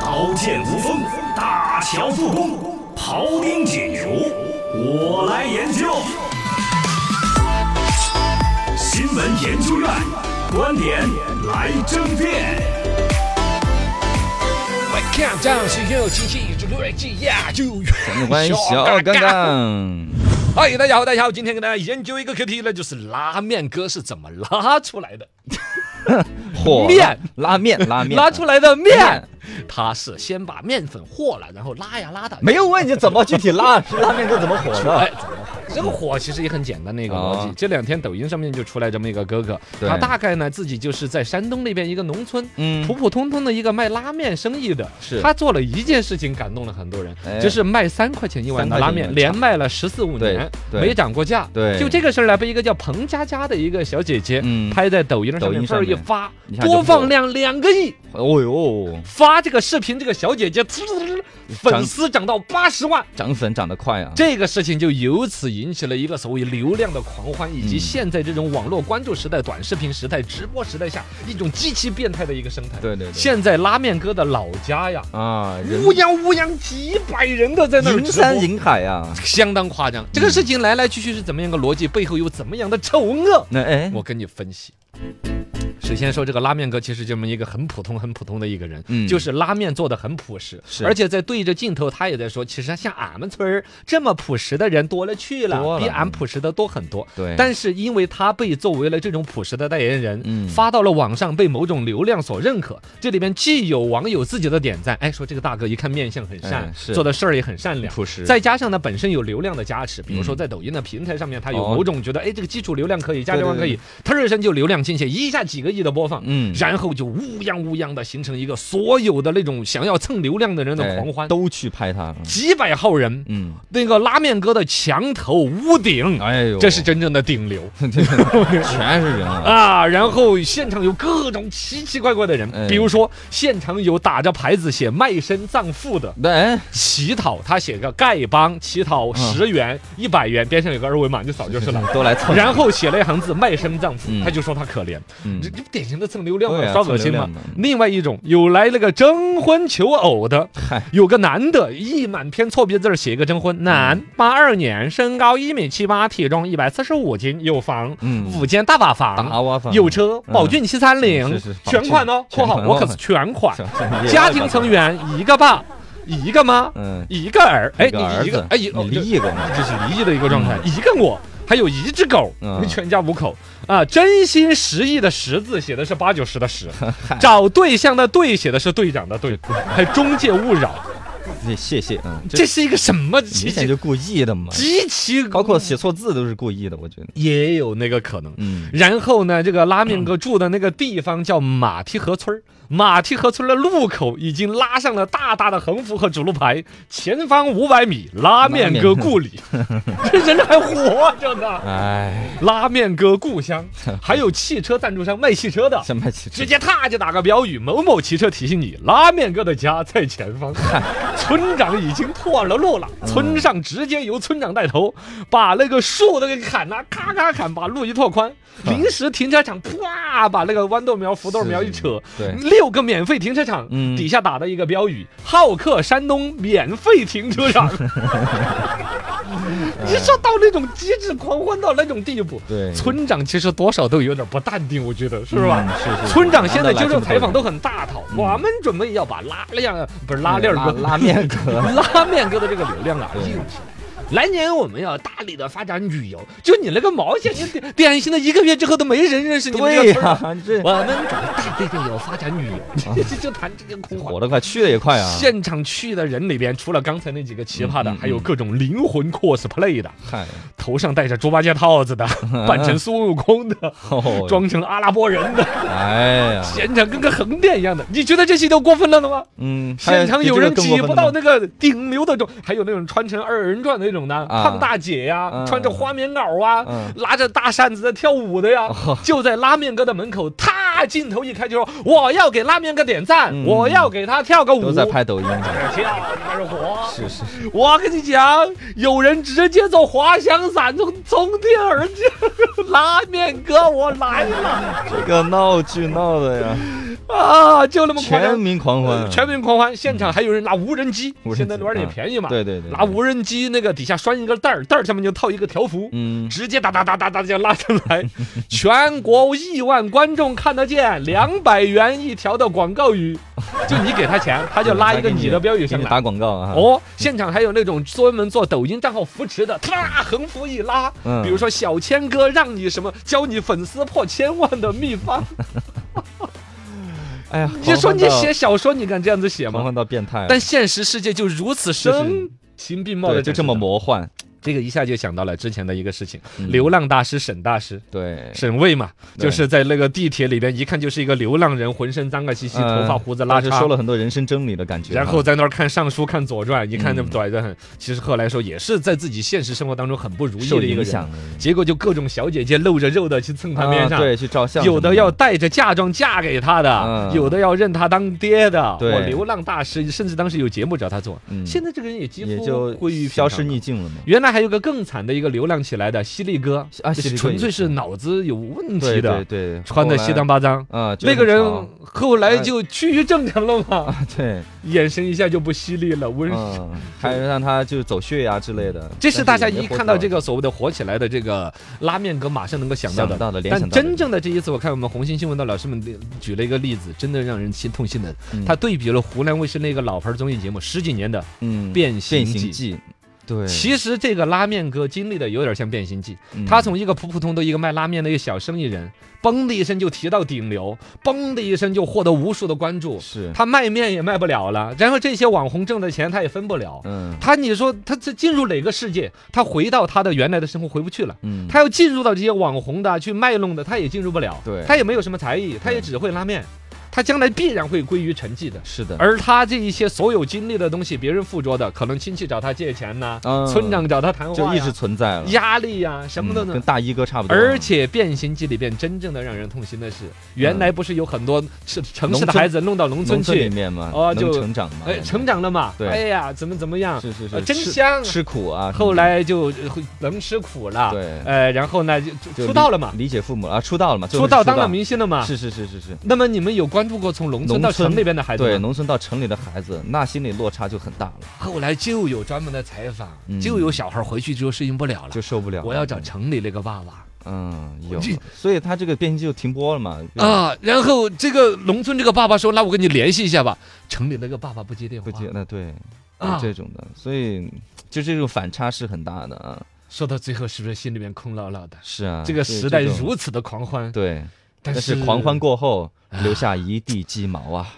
刀剑无锋，大乔复工，庖丁解牛，我来研究。新闻研究院观点来争辩。 My 哎 countdown 是又七七是六七呀，就没有关系，小刚。刚。嗨，大家好，大家好，今天跟大家研究一个课题呢，就是拉面哥是怎么拉出来的？火面拉面拉面啊拉出来的面面，他是先把面粉和了，然后拉呀拉的，没有问你怎么具体拉拉面是怎么火哎的，怎么火这个火其实也很简单的一个逻辑哦，这两天抖音上面就出来这么一个哥哥，对他大概呢自己就是在山东那边一个农村，嗯普普通通的一个卖拉面生意的，是他做了一件事情感动了很多人，哎就是卖三块钱一碗的拉面，三块钱一碗连卖了十四五年，对对没涨过价。对就这个事儿呢，被一个叫彭佳佳的一个小姐姐嗯拍在抖音上抖面，音这儿上一面发一，下就播火放了量两个亿。哦呦，发这个视频，这个小姐姐呲粉丝涨到八十万，涨粉涨得快啊！这个事情就由此引起了一个所谓流量的狂欢，以嗯及现在这种网络关注时代、短视频时代、直播时代下一种极其变态的一个生态。对对对现在拉面哥的老家呀，啊，人乌泱乌泱几百人的在那儿人直山播。人海啊！相当夸张，这个事情来来去去是怎么样个逻辑？背后有怎么样的丑恶？那哎，我跟你分析。首先说这个拉面哥其实这么一个很普通、很普通的一个人，嗯就是拉面做的很朴实，是而且在对着镜头他也在说，其实像俺们村儿这么朴实的人多了去了，多了嗯比俺朴实的多很多。对但是因为他被作为了这种朴实的代言人，嗯发到了网上，被某种流量所认可。这里边既有网友自己的点赞，哎，说这个大哥一看面相很善，哎是做的事儿也很善良，朴实再加上呢，本身有流量的加持，比如说嗯在抖音的平台上面，他有哦某种觉得，哎，这个基础流量可以加对流量对可以对，他热身就流量倾斜，一下几个亿的播放，嗯然后就乌泱乌泱的形成一个所有的那种想要蹭流量的人的哎狂欢，都去拍他，几百号人，嗯，那个拉面哥的墙头屋顶，哎呦，这是真正的顶流 全是人啊！啊！然后现场有各种奇奇怪怪的人，哎比如说现场有打着牌子写卖身葬父的。那哎，乞讨，他写个丐帮乞嗯讨十元、一百元，边上有个二维码，你就扫就是了。 都来蹭，然后写了一行字“卖身葬父”，嗯他就说他可怜，嗯这这不典型的蹭流量对吗？啊刷恶心吗蹭流量的？另外一种有来那个征婚求偶的，嗨，嗯有个男的一满篇错别字儿写一个征婚，男，八二年，身高一米七八，体重一百四十五斤，有房，嗯五间大瓦大房，瓦房 嗯有车，宝骏七三零是是，宝全款骏哦，括号全款我哦可是全款，是家庭成员一个爸，一个妈，嗯，一个儿，哎，一个儿你一个子，哎，一你离一个嘛这是离异的一个状态，一个我，还有一只狗，嗯全家五口啊，真心实意的实字写的是八九十的 十，找对象的对写的是队长的队，还中介勿扰，谢谢谢，嗯，这是一个什么极明显其就故意的嘛，极其包括写错字都是故意的，我觉得，也有那个可能。嗯，然后呢，这个拉面哥住的那个地方叫马蹄河村儿马蹄河村的路口已经拉上了大大的横幅和主路牌，前方五百米，拉面哥故里。这人还活着呢，哎，拉面哥故乡，还有汽车赞助商卖汽车的。先卖汽车直，接踏就打个标语，某某汽车提醒你，拉面哥的家在前方。村长已经破了路了，嗯村上直接由村长带头，把那个树都给砍了，咔咔砍，把路一拓宽。嗯临时停车场，啪，把那个豌豆苗、土豆苗一扯，对六个免费停车场，嗯底下打的一个标语：好客山东免费停车 场。 你说到那种极致狂欢到那种地步，对村长其实多少都有点不淡定，我觉得是吧？嗯是是是村长现在接受采访都很大讨，我们准备要把拉链不是拉链拉哥拉面哥 拉面哥的这个流量啊对硬起来。来年我们要大力的发展旅游，就你那个毛线，你典典型的一个月之后都没人认识你们这对个呀、村儿了。这我们准备大力的有发展旅游，就就谈这个空话火。得快，去的也快啊！现场去的人里边，除了刚才那几个奇葩的，嗯嗯嗯还有各种灵魂 cosplay 的，嗨，头上戴着猪八戒套 子的，扮成孙悟空的，哦装成阿拉伯人的，哎呀，现场跟个横店一样的。你觉得这些都过分了的吗？嗯，还现场有人比这挤个更不过分到的吗那个顶流的种，还有那种穿成二人转那种的，啊胖大姐呀，嗯穿着花棉袄啊嗯，拿着大扇子在跳舞的呀哦，就在拉面哥的门口，他镜头一开就说我要给拉面哥点赞，嗯我要给他跳个舞，都在拍抖音，跳，开始火。是是， 我跟你讲，有人直接坐滑翔伞从从天而 降，拉面哥我来了。 这个闹剧闹的呀，啊，就那么夸全张。呃民狂欢啊，全民狂欢，现场还有人拿无人机无，人机啊现在玩的也便宜嘛，对对对，拿无人机那个底下拴一个袋儿，袋儿上面就套一个条幅，嗯，直接哒哒哒哒哒这样拉上 来，全国亿万观众看得见，两百元一条的广告语，就你给他钱，他就拉一个你的标语给上你来。打广告啊，哦，现场还有那种专门做抖音账号扶持的，啪，横幅一拉，嗯比如说小千哥让你什么，教你粉丝破千万的秘 方。哎呀，你说狂欢你到写小说，你敢这样子写狂吗？欢到变态了，但现实世界就如此就是声情并茂的对，就这么。魔幻，这个一下就想到了之前的一个事情，嗯流浪大师沈大师。对，沈巍嘛，对就是在那个地铁里边，一看就是一个流浪人，浑身脏了兮兮，头发嗯胡子拉当碴，时说了很多人生真理的感觉哈，啊然后在那儿看《尚书》、看《左传》，一看那嗯拽得很。其实后来说也是在自己现实生活当中很不如意受的一个影人，响了，结果就各种小姐姐露着肉的去蹭他边啊上。对，去照相什么，有的要带着嫁妆嫁给他的，嗯有的要认他当爹的。对我流浪大师，甚至当时有节目找他做。嗯现在这个人也几也乎就归于平消失常了匿迹了嘛，原来还有个更惨的一个流浪起来的犀利哥，啊就犀利是哥纯粹也是是脑子有问题对的对，对，穿的稀后来脏八脏。啊，就那个很人潮后来就趋于正常了嘛，啊，对，眼神一下就不犀利了，温柔。 嗯，还让他就走穴呀之类的，这是大但家也没一火看到烤这个所谓的火起来的这个拉面哥，马上能够想到的。想到的联但想到的真正的这一次，我看我们红星新闻的老师们举了一个例子，真的让人心痛心疼。嗯他对比了湖南卫视那个老牌综艺节目十几年的嗯《变变形形记》，记，对，其实这个拉面哥经历的有点像《变形记》，嗯他从一个普普通的一个卖拉面的一个小生意人，嘣的一声就提到顶流，嘣的一声就获得无数的关注。是他卖面也卖不了了，然后这些网红挣的钱他也分不了。嗯他你说他这进入哪个世界？他回到他的原来的生活回不去了。嗯，他要进入到这些网红的去卖弄的，他也进入不了。对嗯他也没有什么才艺，他也只会拉面，他将来必然会归于沉寂的。是的，而他这一些所有经历的东西，别人附着的，可能亲戚找他借钱呐、嗯村长找他谈话就呀、一直存在了，压力呀、什么的嗯呢？跟大衣哥差不多，啊而且《变形记》里边真正的让人痛心的是，原来不是有很多是城市的农村孩子弄到农村农村里去，面嘛，哦能就成长嘛，哎，成长了嘛，对哎呀，怎么怎么样，是是呃是，真吃香吃苦啊，后来就呃会能吃苦了，对呃，然后呢就就就出理道了嘛，理解父母了啊，出道了嘛，最后出是道当了明星了嘛。是是是是是。那么你们有关注过从农村到农村城那边的孩子对，吗？农村到城里的孩子，那心理落差就很大了，后来就有专门的采访，嗯就有小孩回去之后适应不了了就，啊受不了了。我要找城里那个爸爸。嗯，有这，所以他这个变形记就停播了嘛，啊，然后这个农村这个爸爸说：“那我跟你联系一下吧。”城里那个爸爸不接电话，不接那对，啊有这种的，所以就这种反差是很大的啊。说到最后，是不是心里面空落落的？是啊，这个所以时代种如此的狂欢，对，但但是是狂欢过后留下一地鸡毛啊。